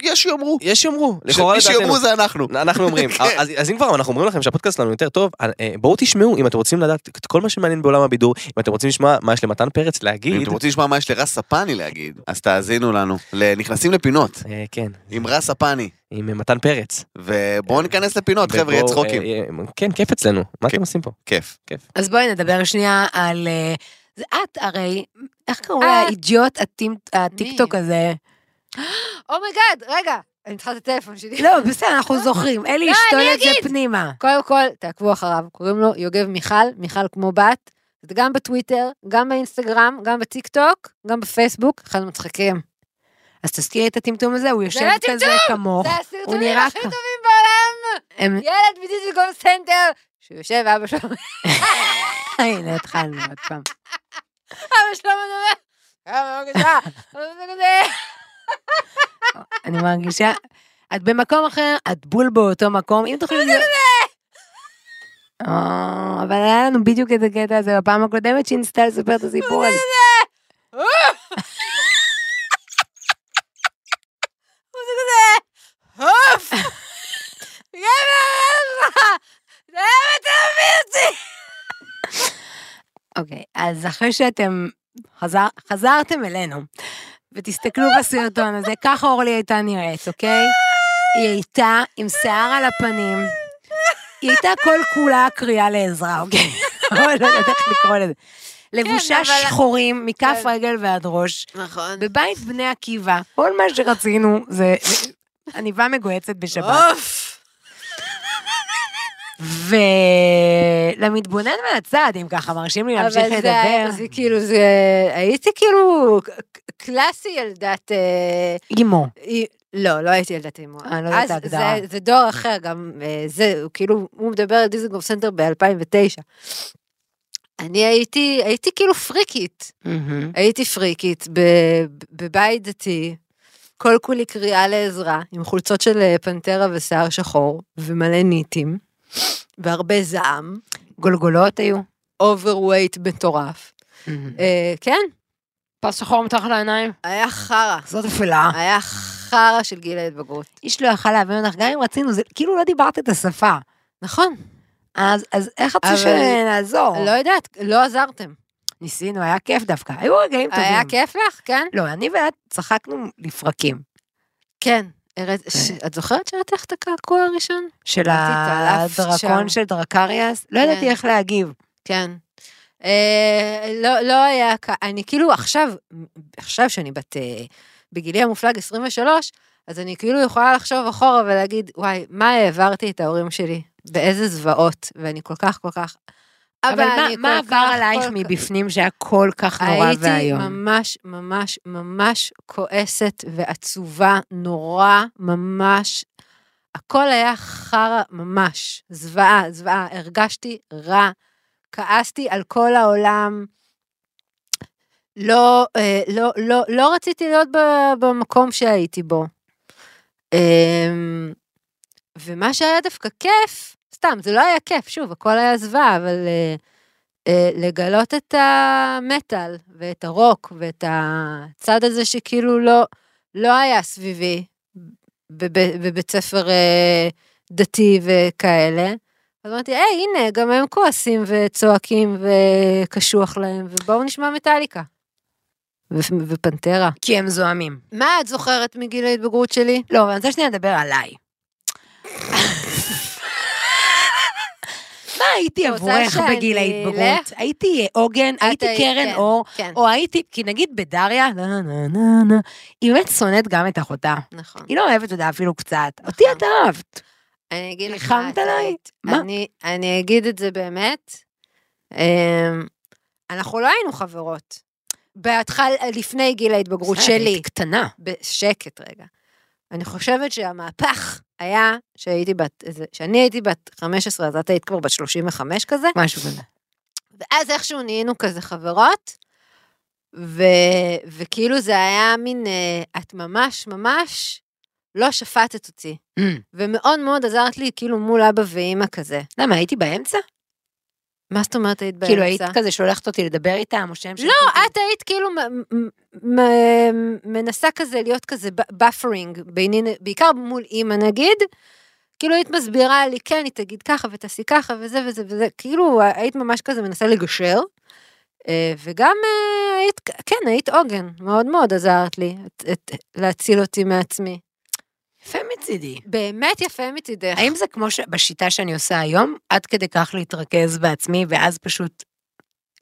S5: יש שיאמרו.
S6: יש שיאמרו, לכאורה
S5: מי שיאמרו
S6: לדעתנו.
S5: זה אנחנו.
S6: אנחנו אומרים, אה,
S5: כן.
S6: אז, אז אם כבר אנחנו אומרים לכם שהפודקאסט שלנו יותר טוב, אה, אה, בואו תשמעו אם אתם רוצים לדעת את כל מה שמעניין בעולם הבידור, אם אתם רוצים לשמוע מה יש למתן פרץ
S5: אם
S6: להגיד,
S5: אתם רוצים לשמוע מה יש לרס ספני להגיד, אז תאזינו לנו. ל- נכנסים לפינות,
S6: אה, כן,
S5: עם רס ספני.
S6: עם אה, מתן פרץ.
S5: ובואו ניכנס לפינות, חבר'ה, יהיה
S6: ובואו,
S5: צחוקים.
S6: אה, אה, כן, כיף אצלנו, מה
S5: כן.
S6: אתם עושים פה?
S5: כיף.
S3: אז בואי נדבר שנייה על... אה, זה את הרי, איך קראו
S4: את.
S3: לאידיוט הטים- הטיקטוק הזה?
S4: אומייגאד, רגע, אני צריכה את הטלפון שלי.
S3: לא, בסדר, אנחנו זוכרים. אלי
S4: לא,
S3: ישתול
S4: אני
S3: את זה
S4: אגיד.
S3: פנימה.
S4: קודם כל, תעקבו אחריו, קוראים לו יוגב מיכל, מיכל כמו בת. זה גם בטוויטר, גם באינסטגרם, גם בטיקטוק, גם בפייסבוק, אחד המצחיקים.
S3: אז תזכירי את הטמטום הזה, הוא יושב
S4: לא
S3: כזה כמוך.
S4: זה
S3: הוא
S4: הסרטונים
S3: נראה
S4: הכי
S3: ככה.
S4: טובים בעולם!
S3: הם-
S4: ילד בדיגיטל סנטר! שהוא יושב, אבא שלו
S3: אה, הנה, התחלנו עוד פעם.
S4: אבא שלו מדבר. אבא, בבקשה. אה, אבא, בבקשה.
S3: אני מרגישה... את במקום אחר, את בול באותו מקום, אם תוכלי... להיות- אה, אבל היה לנו בדיוק את הקטע הזה בפעם הקודמת שניסתה לספר את הסיפור הזה.
S4: עוף! גבר, לך! זה היה בתל אותי!
S3: אוקיי, אז אחרי שאתם חזר, חזרתם אלינו, ותסתכלו בסרטון הזה, ככה אורלי הייתה נראית, אוקיי? היא הייתה עם שיער על הפנים, היא הייתה כל כולה קריאה לעזרה, אוקיי? לא יודעת איך לקרוא לזה. לבושה
S4: כן, אבל-
S3: שחורים, מכף
S4: כן.
S3: רגל ועד ראש.
S4: נכון.
S3: בבית בני עקיבא, כל מה שרצינו זה זה עניבה מגויצת בשבת.
S4: עוף!
S3: ולמתבונן מהצד, אם ככה מרשים לי להמשיך
S4: אבל זה
S3: לדבר.
S4: היה- זה כאילו, זה... הייתי כאילו ק- ק- קלאסי ילדת... אה,
S3: גימור.
S4: אי- לא, לא הייתי ילדת אימו.
S3: אה, לא יודעת
S4: אז
S3: את ההגדרה.
S4: זה- זה דור אחר גם, אה, זה, הוא כאילו, הוא מדבר על דיזנגוף סנטר ב-2009. אני הייתי, הייתי כאילו פריקית. הייתי פריקית ב- בבית דתי, כל כולי קריאה לעזרה, עם חולצות של אה, פנטרה ושיער שחור, ומלא ניטים, והרבה זעם,
S3: גולגולות היו.
S4: אוברווייט מטורף. אה, כן,
S3: פס שחור מתחת לעיניים.
S4: היה חרא,
S3: זאת אפלה.
S4: היה חרא של גיל ההתבגרות.
S3: איש לא יכל להבין אותך, גם אם רצינו, זה כאילו לא דיברת את השפה.
S4: נכון,
S3: אז, אז איך את
S4: אבל-
S3: רוצה שנעזור?
S4: לא יודעת, לא עזרתם.
S3: ניסינו, היה כיף דווקא. היו רגעים טובים.
S4: היה כיף לך, כן?
S3: לא, אני ואת צחקנו לפרקים.
S4: כן. ארז, ש- את זוכרת שראית לך את הקעקוע הראשון?
S3: של
S4: התעלפת
S3: הדרקון
S4: שם.
S3: של דרקריאס, לא ידעתי
S4: כן.
S3: איך להגיב.
S4: כן. אה, לא, לא היה, כ- אני כאילו עכשיו, עכשיו שאני בת אה, בגילי המופלג 23, אז אני כאילו יכולה לחשוב אחורה ולהגיד, וואי, מה העברתי את ההורים שלי? באיזה זוועות, ואני כל כך כל כך...
S3: אבל מה-
S4: אני
S3: מה
S4: כל
S3: עבר
S4: כך,
S3: עלייך
S4: כל כך-
S3: מבפנים שהיה כל כך נורא
S4: הייתי
S3: ואיום?
S4: ממש, ממש, ממש כועסת ועצובה, נורא, ממש. הכל היה חרא ממש, זוועה, זוועה. הרגשתי רע, כעסתי על כל העולם. לא, אה, לא, לא, לא רציתי להיות ב- במקום שהייתי בו. אמ, ומה שהיה דווקא כיף, סתם, זה לא היה כיף, שוב, הכל היה זוועה, אבל אה, אה, לגלות את המטאל ואת הרוק ואת הצד הזה שכאילו לא, לא היה סביבי בב- בבית ספר אה, דתי וכאלה. אז אמרתי, היי, הנה, גם הם כועסים וצועקים וקשוח להם, ובואו נשמע מטאליקה. ו- ופנטרה.
S3: כי הם זועמים.
S4: מה את זוכרת מגיל ההתבגרות שלי?
S3: לא, אבל אני רוצה שנייה לדבר עליי. מה הייתי
S4: את רוצה
S3: עבורך
S4: שאני
S3: בגיל ההתבגרות?
S4: אלך?
S3: הייתי אה, עוגן, הייתי
S4: היית-
S3: קרן
S4: כן,
S3: אור,
S4: כן.
S3: או הייתי, כי נגיד בדריה, נה נה נה נה, היא באמת שונאת גם את אחותה.
S4: נכון.
S3: היא לא אוהבת אותה אפילו קצת. אותי
S4: אה.
S3: את אהבת.
S4: אני אגיד לך
S3: נלחמת
S4: מה את
S3: עליי?
S4: היית.
S3: מה?
S4: אני, אני אגיד את זה באמת. אמ, אנחנו לא היינו חברות. בהתחלה, לפני גיל ההתבגרות שלי.
S3: היית קטנה.
S4: בשקט רגע. אני חושבת שהמהפך היה שהייתי בת, איזה- שאני הייתי בת 15, אז את היית כבר בת 35 כזה,
S3: משהו כזה.
S4: ואז איכשהו נהיינו כזה חברות, ו, וכאילו זה היה מין, אה, את ממש ממש לא שפטת אותי,
S3: אמ.
S4: ומאוד מאוד עזרת לי כאילו מול אבא ואימא כזה.
S3: למה, הייתי באמצע?
S4: מה זאת אומרת היית באמצע?
S3: כאילו, היית כזה שולחת אותי לדבר איתם, או שהם...
S4: לא, את היית כאילו מ- מ- מ- מנסה כזה להיות כזה באפרינג, בעיקר מול אימא נגיד, כאילו היית מסבירה לי, כן, היא תגיד ככה ותעשי ככה וזה וזה וזה, כאילו היית ממש כזה מנסה לגשר, אה, וגם אה, היית, כן, היית עוגן, מאוד מאוד עזרת לי את- את- להציל אותי מעצמי.
S3: יפה מצידי.
S4: באמת יפה מצידך.
S3: האם זה כמו ש... בשיטה שאני עושה היום, עד כדי כך להתרכז בעצמי, ואז פשוט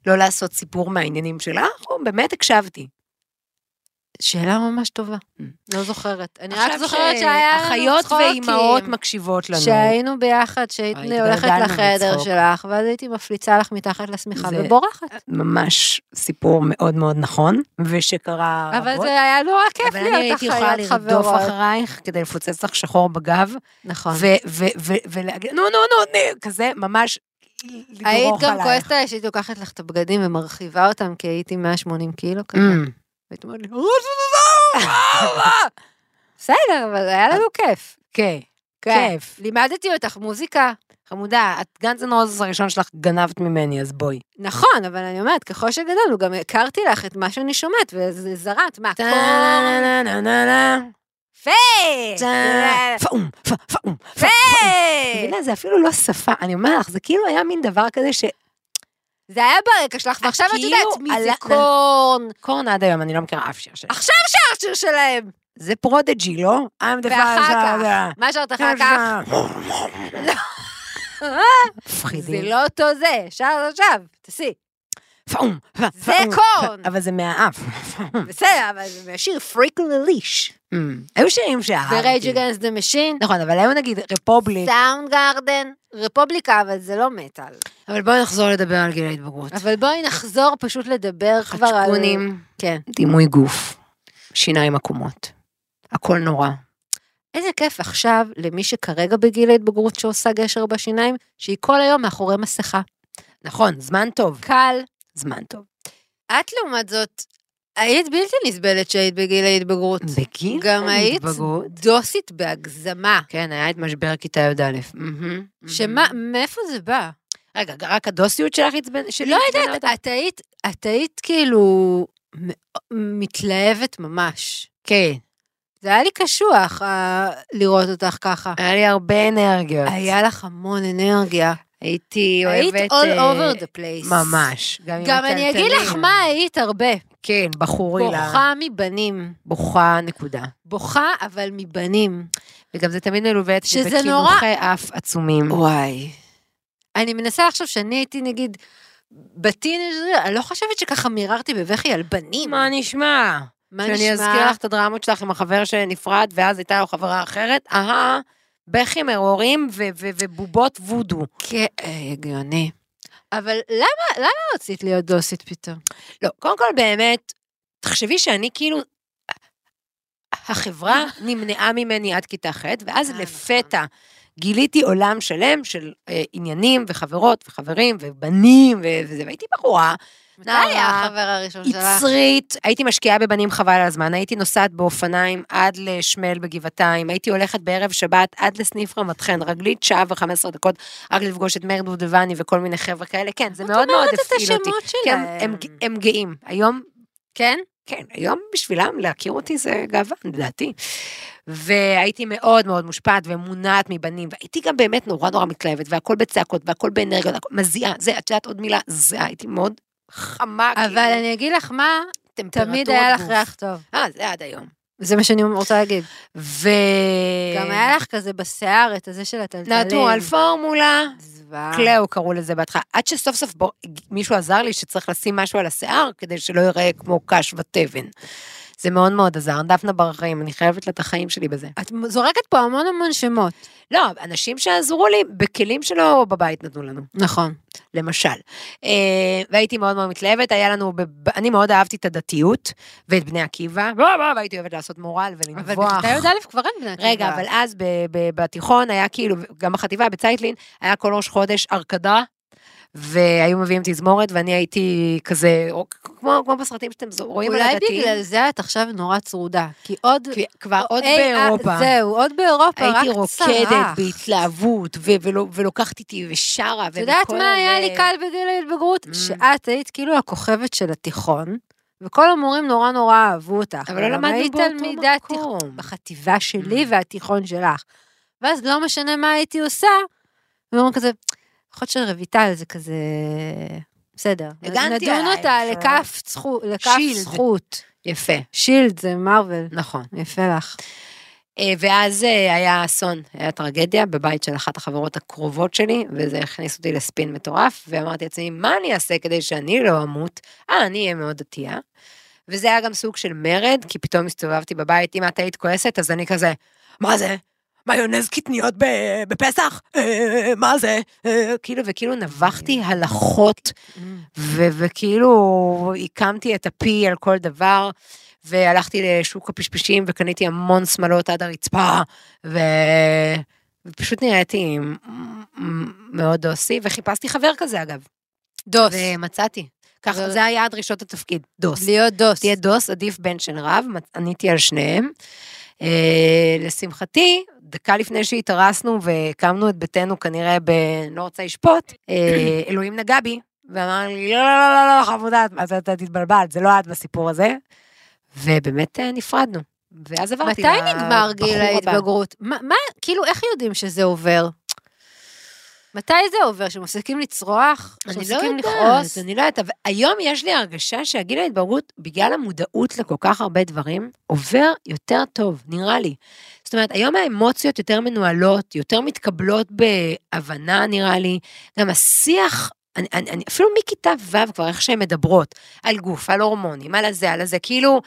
S3: לא לעשות סיפור מהעניינים שלך, או באמת הקשבתי? Mm.
S4: שאלה ממש טובה, לא זוכרת. אני רק
S3: עכשיו
S4: זוכרת שהיה לנו
S3: אחיות
S4: צחוקים.
S3: ואימהות מקשיבות לנו.
S4: שהיינו ביחד, שהיית
S3: היית
S4: הולכת
S3: גדלנו
S4: לחדר
S3: מצחוק.
S4: שלך, ואז הייתי מפליצה לך מתחת לשמיכה
S3: זה-
S4: ובורחת.
S3: ממש סיפור מאוד מאוד נכון, ושקרה רבות.
S4: אבל זה היה נורא כיף
S3: אה, אבל אני
S4: להיות
S3: הייתי יכולה
S4: אחיות
S3: לרדוף
S4: חברות.
S3: אחרייך כדי לפוצץ לך שחור בגב,
S4: נכון.
S3: ו- ו- ו- ולהגיד, נו, נו, נו, נו, כזה, ממש לדרוך עלייך.
S4: היית גם כועסת עליי שהייתי לוקחת לך את הבגדים ומרחיבה אותם, כי הייתי 180 קילו כזה.
S3: אמ.
S4: והיית אומרת לי, "אה, אה, אה, אה." בסדר, אבל היה לנו כיף.
S3: כן,
S4: כן.
S3: כיף.
S4: לימדתי אותך מוזיקה.
S3: חמודה, את גנץ אנד רוזס הראשון שלך גנבת ממני, אז בואי.
S4: נכון, אבל אני אומרת, ככל שגדלנו, גם הכרתי לך את מה שאני שומעת, וזה זרעת, מה, כל... אה,
S3: טה,
S4: פייק!
S3: פאום, פא- פאום, פאום. את מבינה, זה אפילו לא שפה, אני אומרת לך, זה כאילו היה מין דבר כזה ש...
S4: זה היה ברקע שלך, ועכשיו את
S3: כאילו
S4: יודעת מי זה
S3: עלה-
S4: קורן.
S3: קורן עד היום, אני לא מכירה אף שיר שלו.
S4: עכשיו שר שיר שלהם.
S3: זה פרודג'י, לא? I'm the
S4: ואחר
S3: first
S4: כך,
S3: of the-
S4: מה שרת אחר כך? זה
S3: מפחידים.
S4: לא אותו זה, שר עכשיו, תעשי.
S3: פאום, פא-
S4: זה
S3: פאום.
S4: קורן.
S3: אבל זה מהאף.
S4: בסדר, אבל זה מהשיר פריקל לליש.
S3: אמ, היו שירים
S4: ורייג'
S3: שאהבתי.
S4: אגנס דה משין,
S3: נכון, אבל היו נגיד רפובליק.
S4: סאונד גארדן, רפובליקה, נכון. אבל זה לא מטאל.
S3: אבל בואי נחזור לדבר על גיל ההתבגרות.
S4: אבל בואי נחזור פשוט לדבר כבר על...
S3: חצ'קונים,
S4: כן.
S3: דימוי גוף, שיניים עקומות. הכל נורא.
S4: איזה כיף עכשיו למי שכרגע בגיל ההתבגרות שעושה גשר בשיניים, שהיא כל היום מאחורי מסכה.
S3: נכון, זמן טוב.
S4: קל,
S3: זמן טוב.
S4: את לעומת זאת, היית בלתי נסבלת שהיית בגיל ההתבגרות.
S3: בגיל
S4: גם היית
S3: ההתבגרות?
S4: דוסית בהגזמה.
S3: כן, היה את משבר כיתה י"א. מהמם,
S4: שמה,
S3: מהמם.
S4: מאיפה זה בא?
S3: רגע, רק הדוסיות שלך עצבן... שלי
S4: לא
S3: עצבנה
S4: יודעת,
S3: אותך?
S4: את היית, את היית כאילו מא- מתלהבת ממש.
S3: כן,
S4: זה היה לי קשוח אה, לראות אותך ככה.
S3: היה לי הרבה אנרגיות.
S4: היה לך המון אנרגיה.
S3: הייתי אוהבת...
S4: היית all
S3: אה,
S4: over the place.
S3: ממש. עם
S4: גם אני אגיד
S3: הטלטלים.
S4: לך מה היית הרבה.
S3: כן, בחורילה.
S4: בוכה מבנים.
S3: בוכה, נקודה.
S4: בוכה, אבל מבנים.
S3: וגם זה תמיד מלווה
S4: שזה
S3: בקינוחי
S4: נורא-
S3: אף עצומים.
S4: וואי. אני מנסה לחשוב שאני הייתי נגיד בטינג'ר, אני לא חושבת שככה מיררתי בבכי על בנים.
S3: מה נשמע?
S4: מה
S3: שאני אזכיר לך את הדרמות שלך עם החבר שנפרד, ואז הייתה לו חברה אחרת, אהה, בכי מרורים ו- ו- ובובות וודו.
S4: כן, אה, הגיוני. אבל למה, למה רצית להיות דוסית פתאום?
S3: לא, קודם כל באמת, תחשבי שאני כאילו, החברה נמנעה ממני עד כיתה ח', ואז
S4: אה,
S3: לפתע גיליתי עולם שלם של אה, עניינים וחברות וחברים ובנים ו- וזה, והייתי בחורה
S4: מתי היה
S3: נערה,
S4: החבר הראשון שלך?
S3: יצרית, הייתי משקיעה בבנים חבל על הזמן, הייתי נוסעת באופניים עד לשמל בגבעתיים, הייתי הולכת בערב שבת עד לסניף רמת חן, רגלית שעה וחמש עשרה דקות, רק לפגוש את מאיר דודבני וכל מיני חבר'ה כאלה, כן, זה מאוד מאוד הפעיל אותי. כי הם, הם, הם גאים. היום... כן? כן, היום בשבילם להכיר אותי זה גאווה, לדעתי. והייתי מאוד מאוד מושפעת ומונעת מבנים, והייתי גם באמת נורא נורא מתלהבת, והכל בצעקות, והכל באנרגיות, הכל- מזיעה, זה, את יודעת עוד מילה, זיעה, הייתי מאוד חמה, כאילו.
S4: אבל אני אגיד לך מה,
S3: טמפרטורת
S4: תמיד היה לך
S3: אוקיי. גוף.
S4: ריח טוב.
S3: אה, זה עד היום.
S4: זה מה שאני רוצה להגיד.
S3: ו...
S4: גם
S3: אה.
S4: היה לך כזה בשיער את הזה של הטלטלים.
S3: נעתרו על פורמולה,
S4: זוועה.
S3: קלאו קראו לזה בהתחלה, עד שסוף סוף בוא, מישהו עזר לי שצריך לשים משהו על השיער כדי שלא ייראה כמו קש ותבן. זה מאוד מאוד עזר, דפנה בר חיים, אני חייבת לה את החיים שלי בזה.
S4: את זורקת פה המון המון שמות.
S3: לא, אנשים שעזרו לי בכלים שלא בבית נתנו לנו,
S4: נכון.
S3: למשל. אה, והייתי מאוד מאוד מתלהבת, היה לנו, בב- אני מאוד אהבתי את הדתיות ואת בני עקיבא, בוא, בוא, והייתי אוהבת לעשות מורל
S4: לא, אבל
S3: ולנבוח.
S4: בכיתה י"א כבר אין בני עקיבא.
S3: רגע, אבל אז ב- ב- בתיכון היה כאילו, גם בחטיבה בצייטלין, היה כל ראש חודש הרקדה, והיו מביאים תזמורת, ואני הייתי כזה, או- כמו, כמו בסרטים שאתם זו- רואים על
S4: אולי
S3: הדתיים.
S4: בגלל זה את עכשיו נורא צרודה. כי עוד...
S3: כי כבר עוד
S4: אי, אה,
S3: באירופה.
S4: זהו, עוד באירופה, רק
S3: הייתי
S4: צרח.
S3: רוקדת בהתלהבות, ו- ולו- ולוקחת איתי ושרה,
S4: את יודעת
S3: ומכל
S4: מה היה
S3: ה-
S4: לי קל בגיל ההתבגרות?
S3: Mm.
S4: שאת היית כאילו הכוכבת של התיכון, וכל המורים נורא נורא אהבו אותך.
S3: אבל לא
S4: גם
S3: למדנו
S4: היית
S3: באותו
S4: תלמידת תיכ-
S3: מקום.
S4: בחטיבה שלי
S3: Mm.
S4: והתיכון שלך. ואז לא משנה מה הייתי עושה, הם אומרים כזה, יכול להיות של רויטל זה כזה... בסדר.
S3: הגנתי
S4: נדון
S3: עלייך,
S4: אותה
S3: אבל-
S4: לכף זכו- לכף
S3: שילד.
S4: זכות.
S3: יפה,
S4: שילד זה מרוויל.
S3: נכון.
S4: יפה לך.
S3: אה, ואז אה, היה אסון, היה טרגדיה בבית של אחת החברות הקרובות שלי, וזה הכניס אותי לספין מטורף, ואמרתי לעצמי, מה אני אעשה כדי שאני לא אמות? אה, אני אהיה מאוד דתייה. וזה היה גם סוג של מרד, כי פתאום הסתובבתי בבית, אם את היית כועסת, אז אני כזה, מה זה? מיונז קטניות ב- בפסח? אה, מה זה? אה, כאילו, וכאילו נבחתי
S4: Mm.
S3: הלכות ו- וכאילו הקמתי את הפי על כל דבר, והלכתי לשוק הפשפשים וקניתי המון שמלות עד הרצפה, ו... ופשוט נראיתי מ- מ- מאוד דוסי, וחיפשתי חבר כזה אגב,
S4: דוס.
S3: ומצאתי. כך,
S4: זה-
S3: זה היה דרישות התפקיד, דוס.
S4: להיות דוס.
S3: תהיה דוס, עדיף בן של רב, מצ- עניתי על שניהם. אה, לשמחתי, דקה לפני שהתארסנו והקמנו את ביתנו כנראה ב... לא רוצה לשפוט, אה, אלוהים נגע בי, ואמר לי, לא, לא, לא, לא, לא, חמודה, את- את- את התבלבלת, זה לא את בסיפור הזה. ובאמת אה, נפרדנו. ואז עברתי
S4: מתי נגמר גיל
S3: לבחור הבא.
S4: ההתבגרות? מה, מה, כאילו, איך יודעים שזה עובר? מתי זה עובר? שמפסיקים לצרוח?
S3: אני לא
S4: שמפסיקים
S3: יודעת,
S4: לכעוס?
S3: אני לא יודעת, אבל היום יש לי הרגשה שהגיל ההתבגרות, בגלל המודעות לכל כך הרבה דברים, עובר יותר טוב, נראה לי. זאת אומרת, היום האמוציות יותר מנוהלות, יותר מתקבלות בהבנה, נראה לי. גם השיח, אני, אני, אני, אפילו מכיתה ו' כבר, איך שהן מדברות, על גוף, על הורמונים, על הזה, על הזה, כאילו,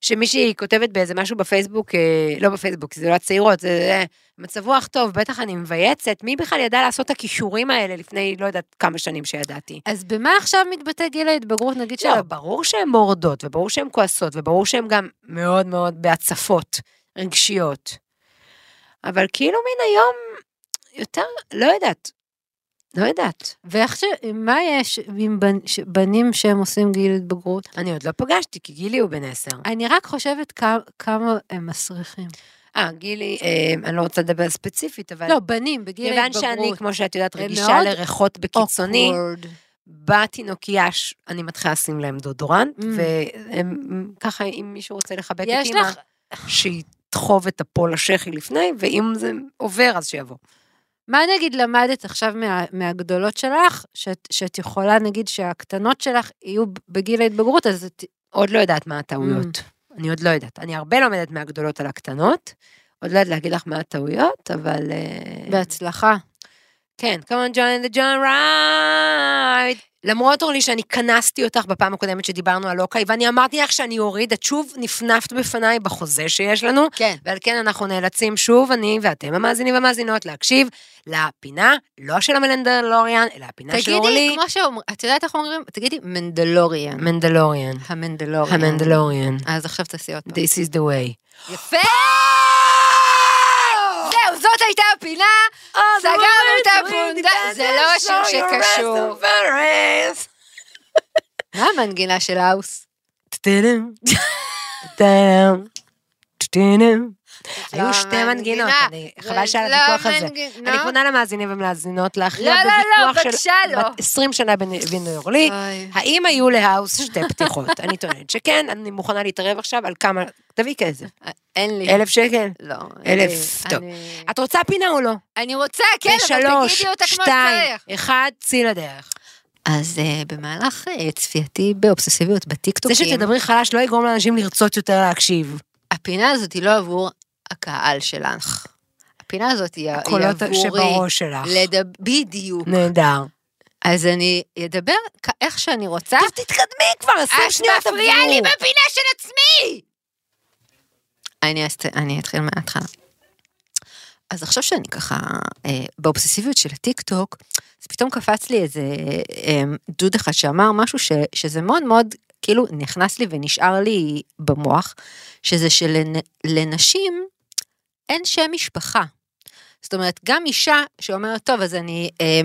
S3: שמישהי כותבת באיזה משהו בפייסבוק, אה, לא בפייסבוק, זה לא הצעירות, זה, זה מצב רוח טוב, בטח אני מבייצת, מי בכלל ידע לעשות את הכישורים האלה לפני לא יודעת כמה שנים שידעתי.
S4: אז במה עכשיו מתבטא גיל ההתבגרות, נגיד של...
S3: לא, ברור שהן מורדות, וברור שהן כועסות, וברור שהן גם מאוד מאוד בהצפות רגשיות. אבל כאילו מן היום, יותר, לא יודעת. לא יודעת.
S4: ואיך ש... מה יש עם בנ- ש- בנים שהם עושים גיל התבגרות?
S3: אני עוד לא פגשתי, כי גילי הוא בן עשר.
S4: אני רק חושבת כ- כמה הם מסריחים.
S3: אה, גילי, אה, אני לא רוצה לדבר ספציפית, אבל...
S4: לא, בנים, בגיל
S3: כיוון
S4: ההתבגרות.
S3: שאני, כמו שאת יודעת,
S4: הם
S3: רגישה
S4: מאוד
S3: לריחות בקיצוני,
S4: Awkward.
S3: בתינוקייה ש- אני מתחילה לשים להם דודורנט,
S4: Mm.
S3: וככה, אם מישהו רוצה לחבק את
S4: יש
S3: אימא,
S4: לך-
S3: שידחוב את הפול השחי לפני, ואם זה עובר, אז שיבוא.
S4: מה נגיד למדת עכשיו מה, מהגדולות שלך, שאת, שאת יכולה נגיד שהקטנות שלך יהיו ב- בגיל ההתבגרות, אז את...
S3: עוד לא יודעת מה הטעויות.
S4: Mm.
S3: אני עוד לא יודעת. אני הרבה לומדת מהגדולות על הקטנות. עוד לא יודעת להגיד לך מה הטעויות, אבל... אה,
S4: בהצלחה.
S3: כן, Come on, John and the John Ride. למרות, אורלי, שאני כנסתי אותך בפעם הקודמת שדיברנו על אוקיי, ואני אמרתי לך שאני אוריד, את שוב נפנפת בפניי בחוזה שיש לנו,
S4: כן.
S3: ועל כן אנחנו נאלצים שוב, אני ואתם המאזינים והמאזינות, להקשיב לפינה, לא של המנדלוריאן, אלא הפינה של
S4: אה, תגידי,
S3: אורלי,
S4: כמו שאומרים, את יודעת איך אומרים? תגידי, מנדלוריאן.
S3: מנדלוריאן.
S4: המנדלוריאן.
S3: המנדלוריאן.
S4: אז עכשיו תעשי עוד פעם.
S3: This is the way.
S4: יפה! זהו, זאת הייתה הפינה. סגרנו את הפונדק, זה לא השיר שקשור. מה המנגינה של האוס?
S3: טטטם, טטטם, טטטם. היו
S4: לא
S3: שתי
S4: מנגינה,
S3: מנגינות, אני-
S4: זה
S3: חבל שעל
S4: לא
S3: הוויכוח הזה.
S4: מנגינה.
S3: אני פונה למאזינים ומאזינות להכריע
S4: לא, לא, לא,
S3: בוויכוח של
S4: בבקשה לא. אה.
S3: בת 20 שנה בין אורלי.
S4: אוי.
S3: האם היו להאוס שתי פתיחות? אני טוענת שכן, אני מוכנה להתערב עכשיו על כמה, תביא כסף.
S4: אין לי.
S3: אלף שקל?
S4: לא.
S3: אלף,
S4: אני-
S3: טוב.
S4: אני-
S3: את רוצה פינה או לא?
S4: אני רוצה, כן, אבל
S3: בשלוש,
S4: תגידי אותה כמו
S3: שתיים,
S4: שצריך.
S3: אחד, צאי לדרך.
S4: אז אה, במהלך אה, צפייתי באובססיביות
S3: זה
S4: בטיקטוקים,
S3: שתדברי חלש לא יגרום לאנשים לרצות יותר להקשיב.
S4: הפינה הזאת היא לא עבור הקהל שלך. הפינה הזאת היא היא עבורי.
S3: הקולות שבראש שלך.
S4: לדב- בדיוק.
S3: נהדר.
S4: אז אני אדבר כ- איך שאני רוצה.
S3: אז תתקדמי כבר, עשרים שניות
S4: אה? את
S3: עברו.
S4: מפריעה לי בפינה של עצמי! אני, אסת- אני אתחיל מההתחלה. אז עכשיו שאני ככה אה, באובססיביות של הטיקטוק, אז פתאום קפץ לי איזה אה, דוד אחד שאמר משהו ש, שזה מאוד מאוד כאילו נכנס לי ונשאר לי במוח, שזה שלנשים אין שם משפחה. זאת אומרת, גם אישה שאומרת, טוב, אז אני, אה,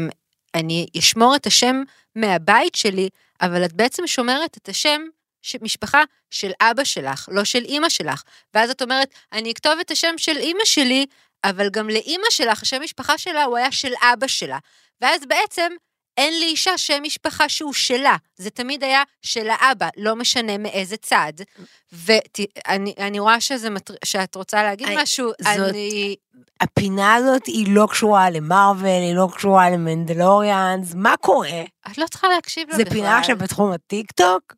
S4: אני אשמור את השם מהבית שלי, אבל את בעצם שומרת את השם ש- משפחה של אבא שלך, לא של אימא שלך. ואז את אומרת, אני אכתוב את השם של אימא שלי, אבל גם לאימא שלך, השם משפחה שלה הוא היה של אבא שלה. ואז בעצם אין לאישה שם משפחה שהוא שלה, זה תמיד היה של האבא, לא משנה מאיזה צד. ואני אני רואה שזה מטר... שאת רוצה להגיד
S3: היי,
S4: משהו,
S3: אה, זאת-
S4: אני...
S3: הפינה הזאת היא לא קשורה למרוויל, היא לא קשורה למנדלוריאנס, מה קורה?
S4: את לא צריכה להקשיב לה
S3: זה
S4: בכלל.
S3: פינה עכשיו בתחום הטיקטוק?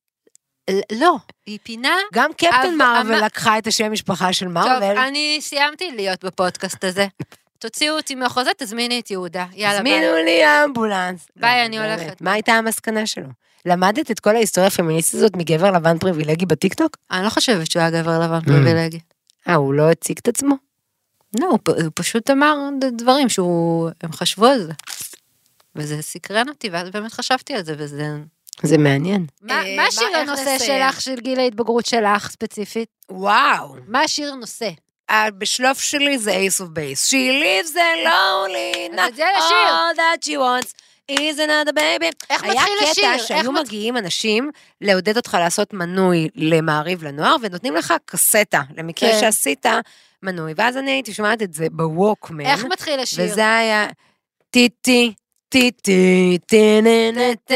S4: ל- לא, היא פינה...
S3: גם
S4: אבל-
S3: קפטן מרוויל
S4: אבל-
S3: לקחה את השם משפחה של
S4: טוב,
S3: מרוויל.
S4: אני סיימתי להיות בפודקאסט הזה. תוציאו אותי מהחוזה, תזמיני את יהודה. יאללה, ביי.
S3: הזמינו לי אמבולנס.
S4: ביי,
S3: לא,
S4: אני
S3: באמת,
S4: הולכת.
S3: מה הייתה המסקנה שלו? למדת את כל ההיסטוריה הפמיניסטית הזאת מגבר לבן פריבילגי בטיקטוק?
S4: אני לא חושבת שהוא היה גבר לבן פריבילגי.
S3: אה, הוא לא הציג את עצמו?
S4: לא, הוא פ- הוא פשוט אמר ד- דברים שהוא... הם חשבו על זה. וזה סקרן אותי, ואז באמת חשבתי על זה, וזה...
S3: זה מעניין.
S4: מה
S3: אה,
S4: מה שיר
S3: איך
S4: הנושא
S3: לסיים?
S4: שלך, של גיל ההתבגרות שלך, ספציפית?
S3: וואו.
S4: מה השיר נושא?
S3: הבשלוף שלי זה Ace of Base. She lives a lonely
S4: אז את
S3: night,
S4: זה לשיר.
S3: all that she wants is another baby.
S4: איך מתחיל השיר?
S3: היה
S4: איך
S3: קטע שהיו
S4: מת-
S3: מגיעים אנשים לעודד אותך לעשות מנוי למעריב לנוער, ונותנים לך קסטה, למקרה
S4: כן.
S3: שעשית מנוי. ואז אני הייתי שומעת את זה בווקמן,
S4: איך מתחיל השיר?
S3: וזה היה טיטי, טיטי, טיננטה.